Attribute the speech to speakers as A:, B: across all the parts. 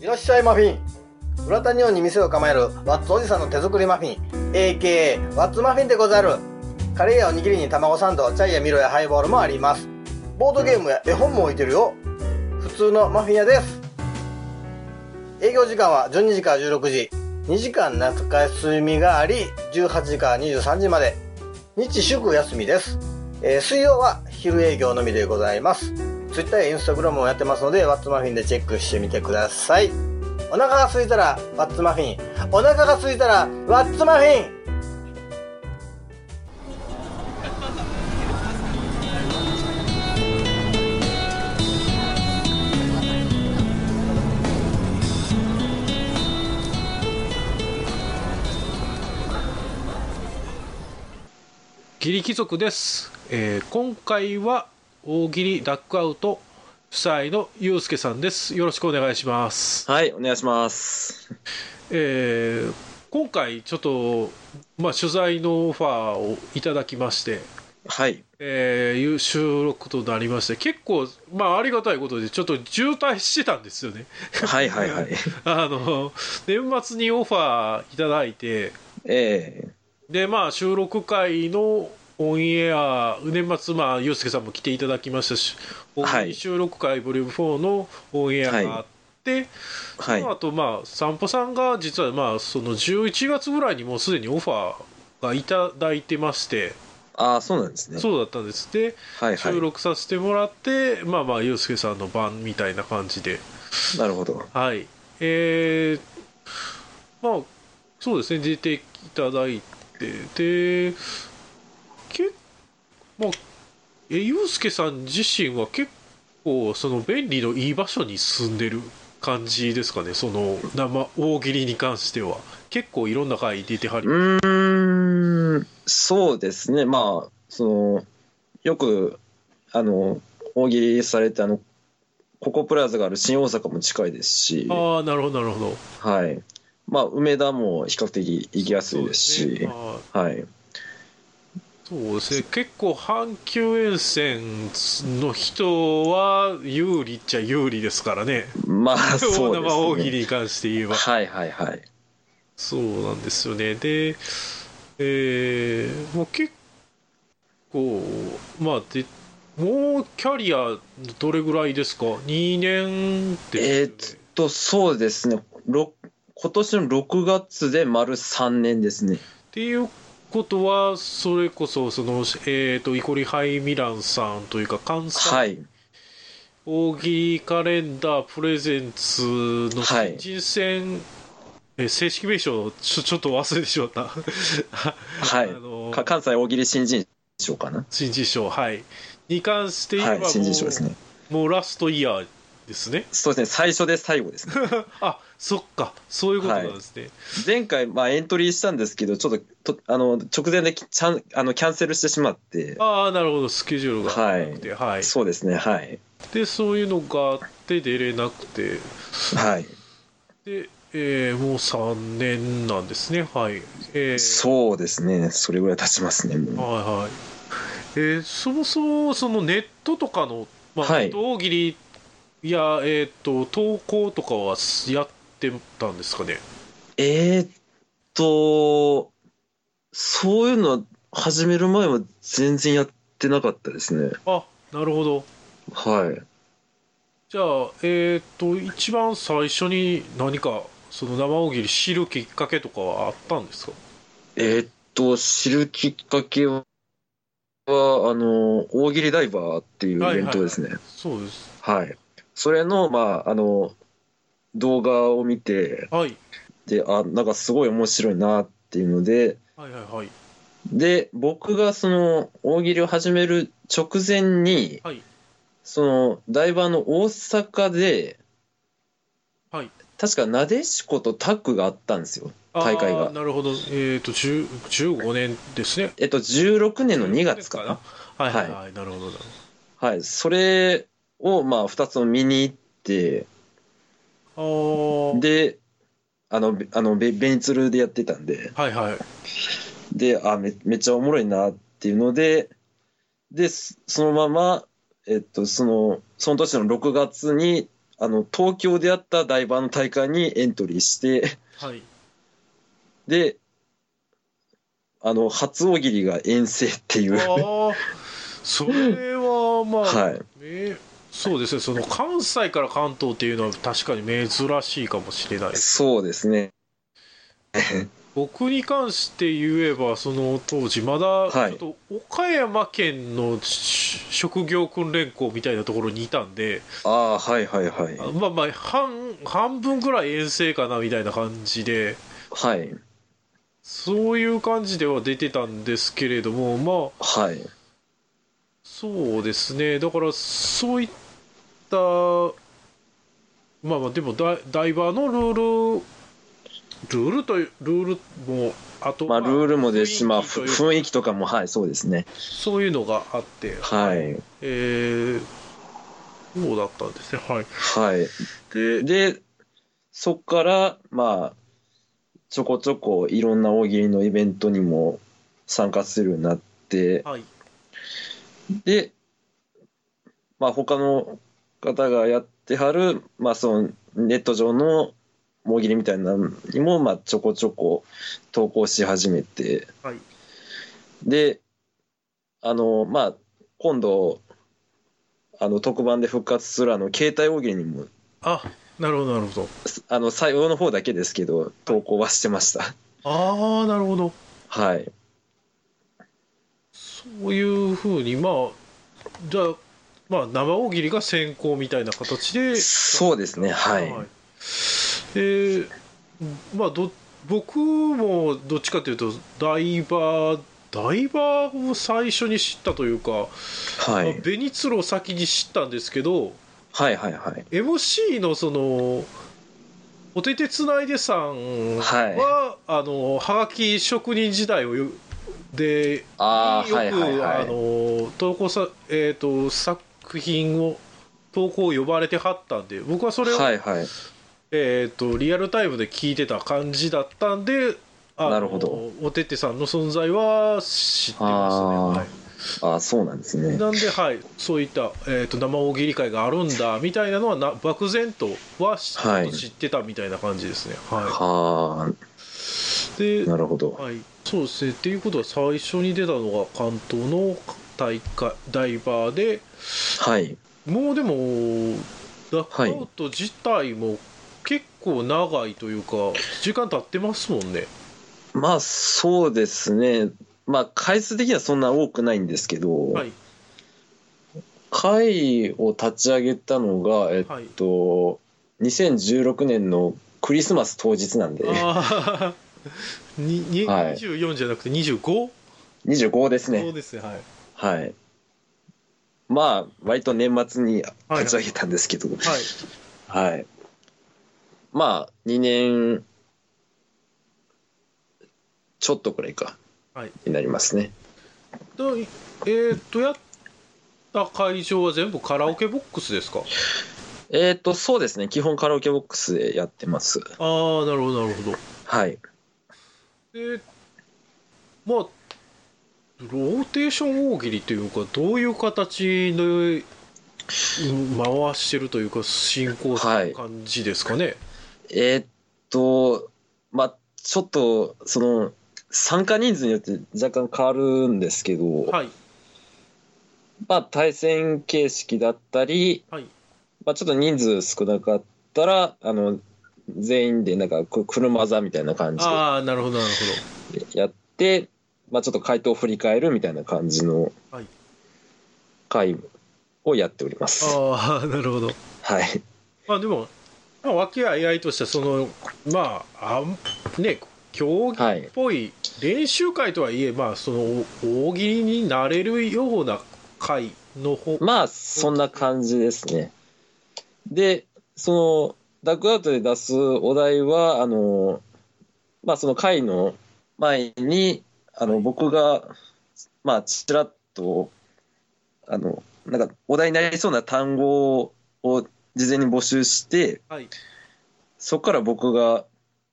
A: いらっしゃいマフィン浦田日本に店を構えるワッツおじさんの手作りマフィン AKA ワッツマフィンでござるカレーやおにぎりに卵サンドチャイやミロやハイボールもありますボードゲームや絵本も置いてるよ普通のマフィン屋です営業時間は12時から16時2時間夏休みがあり18時から23時まで日祝休みです、えー水曜は昼営業のみでございます Twitter や Instagram もやってますのでワッツマフィンでチェックしてみてくださいお腹が空いたらワッツマフィンお腹が空いたらワッツマフィン
B: ギリ貴族です、えー今回は大喜利ダックアウト主催のゆうすけさんですよろしくお願いします、
C: はい、お願いします。
B: えー今回ちょっと、まあ、取材のオファーをいただきまして、
C: はい。
B: えーいう収録となりまして結構、まあ、ありがたいことでちょっと渋滞してたんですよね
C: はいはいはい。
B: あの年末にオファーいただいて
C: ええ
B: でまあ収録会のオンエア年末まあユースケさんも来ていただきましたし、
C: はい
B: 収録会ボリューム4のオンエアがあって、
C: はい
B: その。後まあ散歩さんが実はまあその11月ぐらいにもうすでにオファーがいただいてまして
C: ああ、そうなんですね。
B: そうだったんですで
C: はいは
B: 収
C: い。
B: 録させてもらって、まあまあユースケさんの番みたいな感じで
C: なるほど。
B: はいえー、まあそうですね出ていただいてでけまあえユースケさん自身は結構その便利のいい場所に住んでる感じですかねその生大喜利に関しては結構いろんな回出てはり
C: うーん、そうですね。まあ、その、よく、あの、大喜利されて、あの、ココプラザがある新大阪も近いですし、は
B: ああなるほどなるほど
C: い。まあ、梅田も比較的行きやすいです
B: そう
C: し、
B: ねまあ
C: はい。
B: そうですね結構阪急沿線の人は有利っちゃ有利ですからね
C: まあ、
B: 大
C: そうですね。
B: 生大喜利に関して言えば
C: はいはいはい。
B: そうなんですよねでえー、もう結構まあでもうキャリアどれぐらいですか2年で
C: えー
B: す
C: っ
B: よね
C: と、そうですね。ろ今年の6月で丸3年ですね。
B: っていうことはそれこそそのえっ、とイコリハイミランさんというか関西
C: はい。
B: 大喜利カレンダープレゼンツの
C: はい
B: 新人選、え正式名称ちょちょっと忘れてしまった
C: は
B: あの
C: い。か関西大喜利新人賞かな。
B: 新人賞はいに関して言えば
C: は
B: もう,、
C: い、新人賞ですね。
B: もうラストイヤーですね
C: そうですね、最初で最後ですね。
B: あそっかそういうことなんですね、
C: 前回、まあ、エントリーしたんですけど、ちょっと、とあの、直前できちゃんあのキャンセルしてしまって、
B: ああなるほどスケジュールが
C: は
B: なく
C: い。
B: てはい、
C: そうですね、はい。
B: でそういうのがあって出れなくて
C: はい。
B: で、えーもう3年なんですねはい、えー
C: そうですね、それぐらい経ちますね、もう。
B: はいはい。えーそもそもそのネットとかの、まあ、
C: は
B: ネ
C: い
B: ット大喜利や、えー、と投稿とかはやってたんですかね
C: えーっと、そういうのは始める前は全然やってなかったですね。
B: あなるほど
C: はい。
B: じゃあえっ、と一番最初に何かその生大喜利知るきっかけとかはあったんですか
C: えーっと、知るきっかけは、あの、大喜利ダイバーっていうイベントですね。
B: そうです
C: はいそれの、まあ、あの、動画を見て、
B: はい
C: で、あ、なんかすごい面白いなっていうので、
B: はいはいはい
C: で、僕がその、大喜利を始める直前に、
B: はい
C: その、ダイバーの大阪で、
B: はい
C: 確か、なでしことタッグがあったんですよ。
B: あー
C: 大会が
B: なるほどえっ、と10 15年ですね
C: えっと、16年の2月かな。
B: はいはい、はい、なるほどなるほど
C: はい、それをまあ2つを見に行って、
B: あー
C: で、あの、べあのベベニツルでやってたんで、
B: はいはい
C: で、あめ、めっちゃおもろいなっていうので、で、そそのまま、えっと、その、その年の6月にあの東京でやった台場の大会にエントリーして
B: はい
C: であの初大喜利が遠征っていう
B: ああそれはまあ、
C: はい
B: めそうですねその関西から関東っていうのは確かに珍しいかもしれない
C: そうですね
B: 僕に関して言えばその当時まだ
C: は
B: ちょ
C: い
B: っと岡山県のし職業訓練校みたいなところにいたんで、
C: ああはいはいはい
B: あまあまあ半半分ぐらい遠征かなみたいな感じで
C: はい
B: そういう感じでは出てたんですけれどもまあ
C: はい
B: そうですね、だからそういった、まあまあ、でもダイ、ダイバーのルール、ルールという、ルールも、あと、
C: まあルールもですしまあ
B: 雰
C: ふ
B: 囲気という
C: 雰囲気とかもはいそうですね
B: そういうのがあって、
C: はい
B: えー、そうだったんですね、はい。
C: はい
B: で、
C: でそっからまあちょこちょこいろんな大喜利のイベントにも参加するようになって
B: はい、
C: でまあ他の方がやってはる、まあ、そのネット上の大喜利みたいなのにもまあちょこちょこ投稿し始めて
B: はい、
C: であのまあ今度あの特番で復活するあの携帯大喜利にも
B: あなるほど、なるほど。
C: あの最後の方だけですけど投稿はしてました。
B: ああ、なるほど。
C: はい、
B: そういうふうに、まあ、じゃあ、まあ、生大喜利が先行みたいな形で、
C: そうですね、はい、
B: はいえーまあど僕もどっちかというとダイバーダイバーを最初に知ったというか、
C: は
B: まあ
C: い、
B: ベニツルを先に知ったんですけど
C: はい、はい、はい、
B: MC のそのおててつないでさんは、あのはがき職人時代をよで
C: あー
B: よく、
C: はいはいはい
B: あの投稿さ、えー、と作品を投稿を呼ばれてはったんで僕はそれを
C: はい、はい、
B: えー、とリアルタイムで聞いてた感じだったんであ
C: なるほど
B: おてってさんの存在は知ってま
C: あ
B: す
C: ああ、そうなんです
B: ね、はい、
C: ね。
B: なんで、はい、そういった、えー、と生大喜利会があるんだみたいなのはな漠然とはし
C: はい
B: ちょっと知ってたみたいな感じですね、は、
C: はい
B: で
C: あ、なるほど。
B: はい、そうですねっていうことは最初に出たのが関東の大会ダイバーで
C: はい、
B: もうでもダックア
C: はい
B: ウト自体も結構長いというか、時間経ってますもんね
C: まあ、そうですね。まあ、回数的にはそんな多くないんですけど、
B: はい
C: 会を立ち上げたのが、えっ
B: はい
C: と、2016年のクリスマス当日なんで、
B: ああ にに
C: はい
B: 24じゃなくて 25?、
C: 25です
B: そう
C: ね。
B: ですねはい
C: はい。まあ、割と年末に立ち上げたんですけど、
B: はい
C: はい。まあ、2年、ちょっとくらいか、
B: はい
C: になりますね。
B: といえーっとやった会場は全部カラオケボックスですか
C: えっ、と、そうですね。基本カラオケボックスでやってます。
B: ああなるほどなるほど
C: はい。
B: でまあローテーション大喜利というかどういう形でうん回してるというか進行する感じですかね、
C: えっ、と、まあ、ちょっと、その、参加人数によって若干変わるんですけど、
B: はい、
C: まあ、対戦形式だったり、
B: はい
C: まあ、ちょっと人数少なかったら、あの、全員でなんかこう車座みたいな感じで
B: ああなるほどなる
C: やって、まあ、ちょっと回答を振り返るみたいな感じの
B: はい
C: 回をやっております。
B: ほどああなるほど
C: はい、
B: まあでも、まあ、和気あいあいとしたそのまああんね競技っ
C: はい、
B: ぽい練習会とはいえまあその大喜利になれるような会の方
C: まあそんな感じですね。でそのダックアウトで出すお題はあの、まあ、その回の前にあの僕が、まあ、ちらっとあのなんかお題になりそうな単語を事前に募集して、
B: はい
C: そこから僕が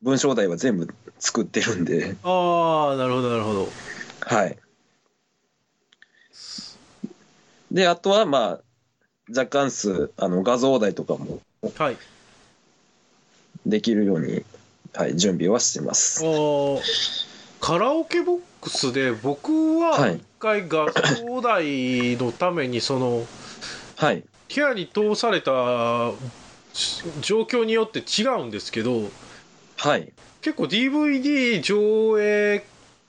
C: 文章題は全部作ってるんで、
B: ああなるほどなるほど
C: はい。で、あとはまあ、若干数、あの、画像題とかも
B: はい。
C: できるように、はい、準備はしてます。
B: あーカラオケボックスで僕
C: は
B: はい一回学校代のためにその
C: はい。
B: ケアに通されたし状況によって違うんですけど
C: はい。
B: 結構 DVD 上映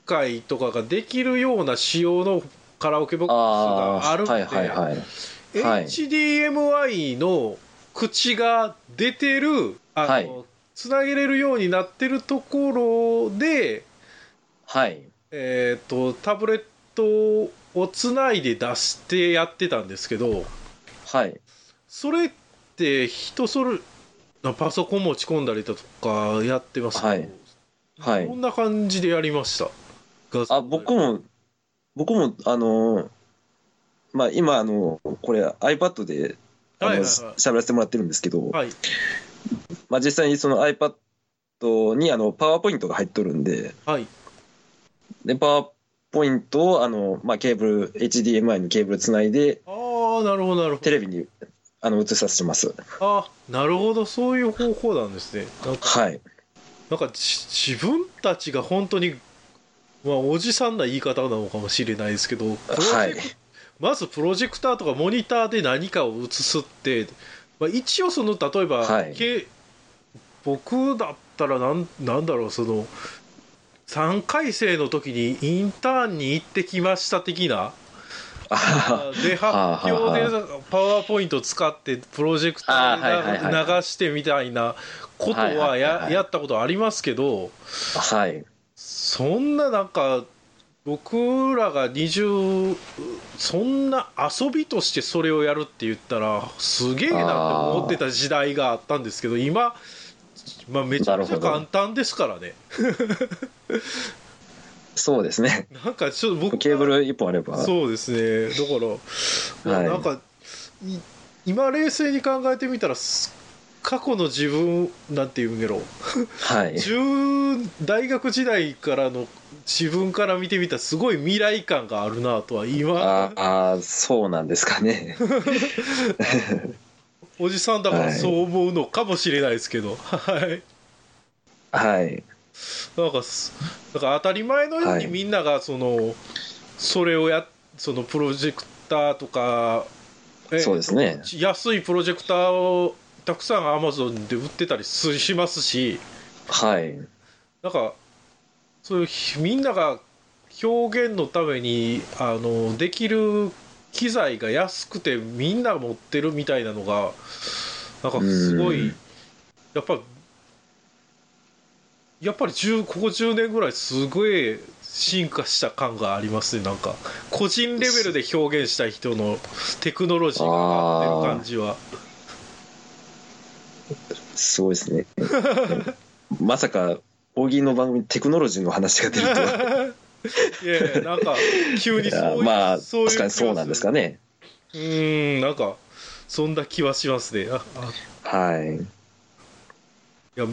B: 会とかができるような仕様のカラオケボックス
C: あ
B: があ
C: あ
B: る
C: ー、
B: んで、
C: はいはいはい。はい
B: HDMI の口が出てるあの、
C: はい
B: つなげれるようになってるところで
C: はい。
B: えー、とタブレットをつないで出してやってたんですけど
C: はい。
B: それって人それパソコン持ち込んだりだとかやってますけど
C: はいは
B: こ
C: い。
B: んな感じでやりました画像
C: あ、僕も、僕も、あのー、まあ、今、あの、これ iPad で、あの、
B: はいはいはい
C: 喋らせてもらってるんですけど、
B: はい
C: まあ、実際にその iPad に、あの、パワーポイントが入っとるんで、
B: はい
C: で、パワーポイントを、あの、まあ、ケーブル、HDMI にケーブルつないで、
B: ああなるほどなるほ
C: テ
B: ど
C: レビに、あの、映させてます。
B: あなるほどそういう方法なんですねなんか,、
C: はい。
B: なんかじ自分たちが本当にまあおじさんな言い方なのかもしれないですけどプロジ
C: は
B: ェ
C: い
B: ク。まずプロジェクターとかモニターで何かを映すって、まあ、一応その例えば、
C: はい
B: け僕だったらなんなんだろうその3回生の時にインターンに行ってきました的な
C: あはは
B: で
C: は
B: 発表でパワーポイント使ってプロジェクタ
C: あはいはい
B: ーで
C: はい
B: な流してみたいなことは
C: はいはいはい
B: や
C: はい
B: やったことありますけど
C: はい。
B: そんななんか僕らが20そんな遊びとしてそれをやるって言ったらすげえなって思ってた時代があったんですけど今、まあ、めちゃくち
C: なる
B: ゃ
C: ほど
B: 簡単ですからね
C: そうですね。
B: なんかちょっと僕が
C: ケーブル一本あれば。
B: そうですねだから、
C: はい
B: なんかい今冷静に考えてみたらす過去の自分なんて言うんやろ
C: はい。
B: 10大学時代からの自分から見てみたらすごい未来感があるなとは
C: あ
B: 今
C: あー、そうなんです かね。
B: おじさんだからそう思うのかもしれないですけど、はい、
C: はい。
B: なんかすなんか当たり前のよう
C: は
B: に
C: い
B: みんながその、それをやそのプロジェクターとかえ
C: そうですね。
B: 安いプロジェクターをたくさんアマゾンで売ってたりすしますし
C: はい。
B: なんかそういうひみんなが表現のためにあのできる機材が安くてみんな持ってるみたいなのがなんかすご
C: う
B: い
C: ん
B: やっぱやっぱり10ここ10年ぐらいすごい進化した感がありますねなんか個人レベルで表現したい人のテクノロジーが上がってる感じは。
C: すごいです ね。まさか、大喜利の番組にテクノロジーの話が出ると は。
B: いやいやなんか急
C: い
B: にそう
C: や
B: いう
C: まあ、
B: そういう
C: 確かにそうなんですか
B: ね
C: ね。
B: うーんなんかそんな気はしますねああ
C: はい。
B: いや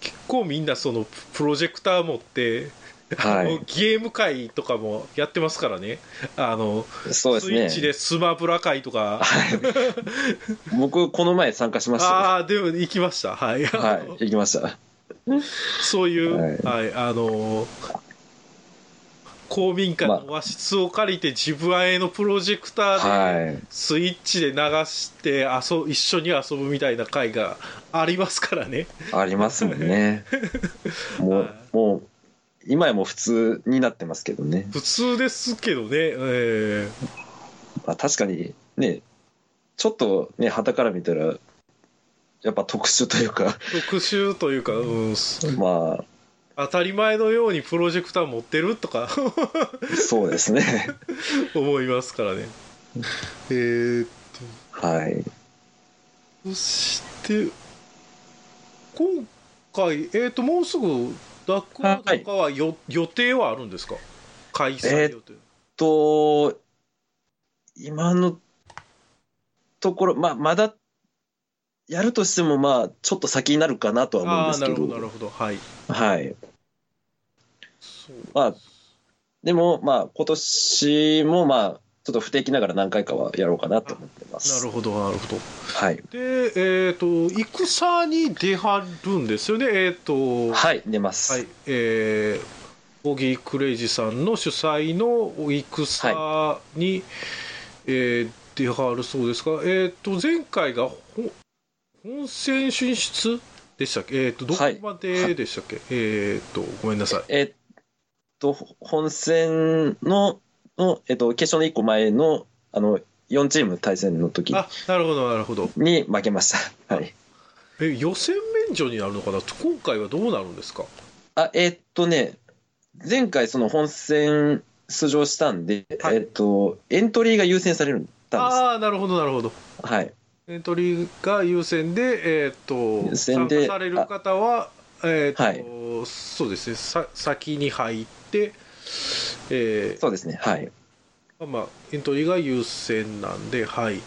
B: 結構みんなそのプロジェクター持って、
C: は
B: あのゲーム会とかもやってますからねあの
C: い。そうです
B: スイッ
C: ね。
B: チでスマブラ会とか
C: はい。僕、この前参加しました
B: ああでも行きましたはい、
C: ね。
B: あ
C: はい
B: の。
C: 行きました。
B: そういう、はいあの公民館の和室を借りて自分へのプロジェクターで、
C: はい。
B: スイッチで流して遊一緒に遊ぶみたいな回がありますからね
C: ありますもん ね。も
B: は
C: う、もう、今やもう普通になってますけどね。
B: 普通ですけどね、えー
C: まあ、確かにねちょっとねはたから見たらやっぱ特殊というか
B: 特殊というか、うん、す
C: ま
B: 当たり前のようにプロジェクター持ってるとか
C: あそうですね
B: 思いますからねえー
C: はい
B: そして今回えっ、ともうすぐ学校とかはよ、予定はあるんですか開催予定、
C: と今のところまあまだやるとしてもまあちょっと先になるかなとは思うん
B: あ
C: で
B: あ
C: す
B: な
C: け
B: るほ
C: ど
B: どなるほどはい
C: はい
B: そう
C: まあでもまあ今年もまあちょっと不定期ながら何回かはやろうかなと思ってます。
B: なるほど、なるほど。
C: はい。
B: で、えっ、と、戦に出はるんですよね、えっ、と、い。
C: はい、出ます。
B: はい、えー、ボギー・クレイジさんの主催の戦に、えー出はるそうですか、えっ、と、前回がほ本戦進出でしたっけ、えっ、と、どこまででしたっけ、えっ、と、ごめんなさい。
C: えっと、本戦の、のえっと、決勝の一個前の、あの、4チーム対戦の時
B: あ、なるほど、なるほど。
C: に負けました。はい。
B: え、予選免除になるのかな今回はどうなるんですか
C: あ、えっとね、前回その本戦出場したんで、
B: はい
C: えっと、エントリーが優先されるんたん
B: ああ、なるほど、なるほど。
C: です。はい。
B: エントリーが優先で、えーっと
C: 優
B: 参加
C: 先で
B: される方は、えーっとそうですねさ、先に入って、えー
C: そうですね。はい。
B: まあ、エントリーが優先なんで、はい、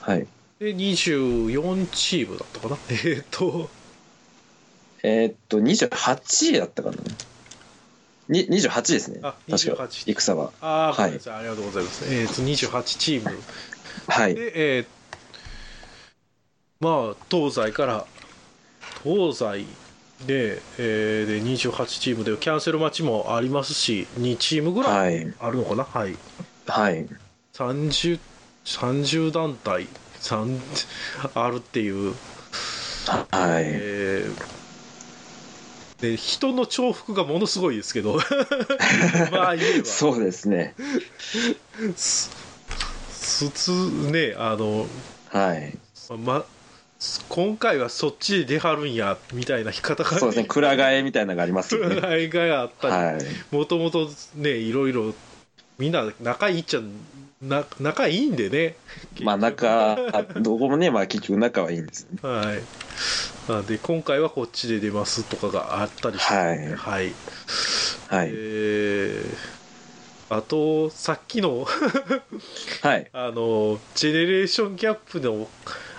C: はい。
B: で24チームだったかな、 えーっと、
C: えっと、28位だったかな。に28ですね。
B: あ
C: 確か、
B: 28
C: 戦は。
B: あー、
C: は
B: ごめ
C: い
B: んなさいありがとうございます、えーっと28チーム
C: はい。
B: で、えーまあ、東西から、東西で、えーで28チームで、キャンセル待ちもありますし、2チームぐらい
C: はい。
B: あるのかな、はい
C: はい。
B: 30, 30団体3あるっていう、
C: はい。
B: えーで人の重複がものすごいですけど、 まあ言えば。
C: そうですね。
B: す普通ね、あの、
C: はい。
B: ま、今回はそっちで出はるんやみたいな方が
C: そうですね。くら替えみたいなのがあります よね。
B: らいがあったり、
C: はい。
B: もともとねいろいろみんな仲いいっちゃな仲いいんでね
C: まあ仲、あどこもね、まあ結局仲はいいんですよね。
B: はいなんで今回はこっちで出ますとかがあったりして
C: はい
B: はい、
C: はい。
B: えーあとさっきの
C: はい。
B: あのジェネレーションギャップの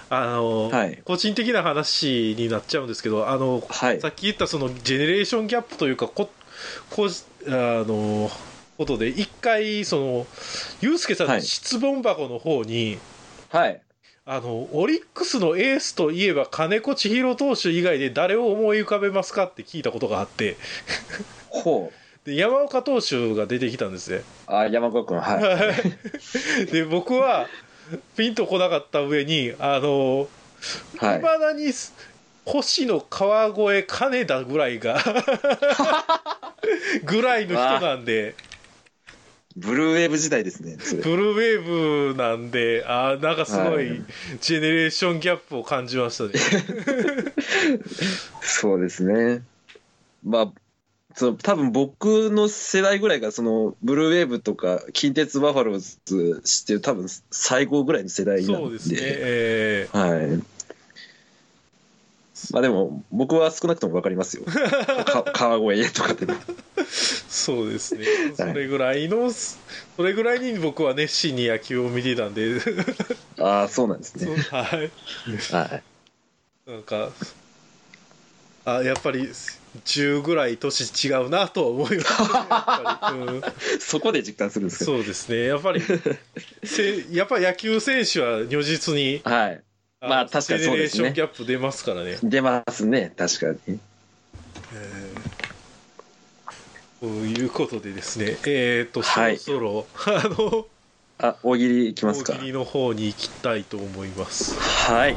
B: あの、
C: はい
B: 個人的な話になっちゃうんですけどあの
C: はい
B: さ。っき言ったそのジェネレーションギャップというかここうあのことで一回そのユースケさん
C: は
B: の
C: い
B: 質問箱の方に、
C: はい。
B: あのオリックスのエースといえば金子千尋投手以外で誰を思い浮かべますかって聞いたことがあって
C: ほ
B: で山岡投手が出てきたん ですね。
C: う。あ、山子君、はい。
B: で僕はピンとこなかった上にあの
C: はい
B: いまだにす星野川越金田ぐらい がぐらいの人なんで
C: ブルーウェーブ時代ですね。それ
B: ブルーウェーブなんであーなんかすご
C: はい
B: いジェネレーションギャップを感じましたね
C: そうですね。まあ、その多分僕の世代ぐらいが、その、ブルーウェーブとか、近鉄バファローズ知ってる、多分最後ぐらいの世代なんで。
B: そうですねえ
C: はい。まあでも、僕は少なくとも分かりますよ。 か川越とかって、
B: ーそうですねそ
C: はい
B: れぐらいのそれぐらいに僕は熱心に野球を見てたん でそう
C: ああ、そうなんですね。
B: はい
C: はい。
B: なんか、あ、やっぱり10ぐらい年違うなとは思いますね、やっぱりうん
C: そこで実感するんですけ
B: そうですね、やっぱり、せやっぱり野球選手は如実に、
C: ど。はい。まあ
B: の
C: 確かにそう
B: ジェネレー
C: ですね
B: ションギャップ出ますからね。
C: 出ますね、確かに。
B: えーということでですね、えっ、と、
C: はい
B: そろそろ、あの、
C: あ、大喜利いきます
B: 大
C: か
B: 喜。利の方に行きたいと思います。
C: はい。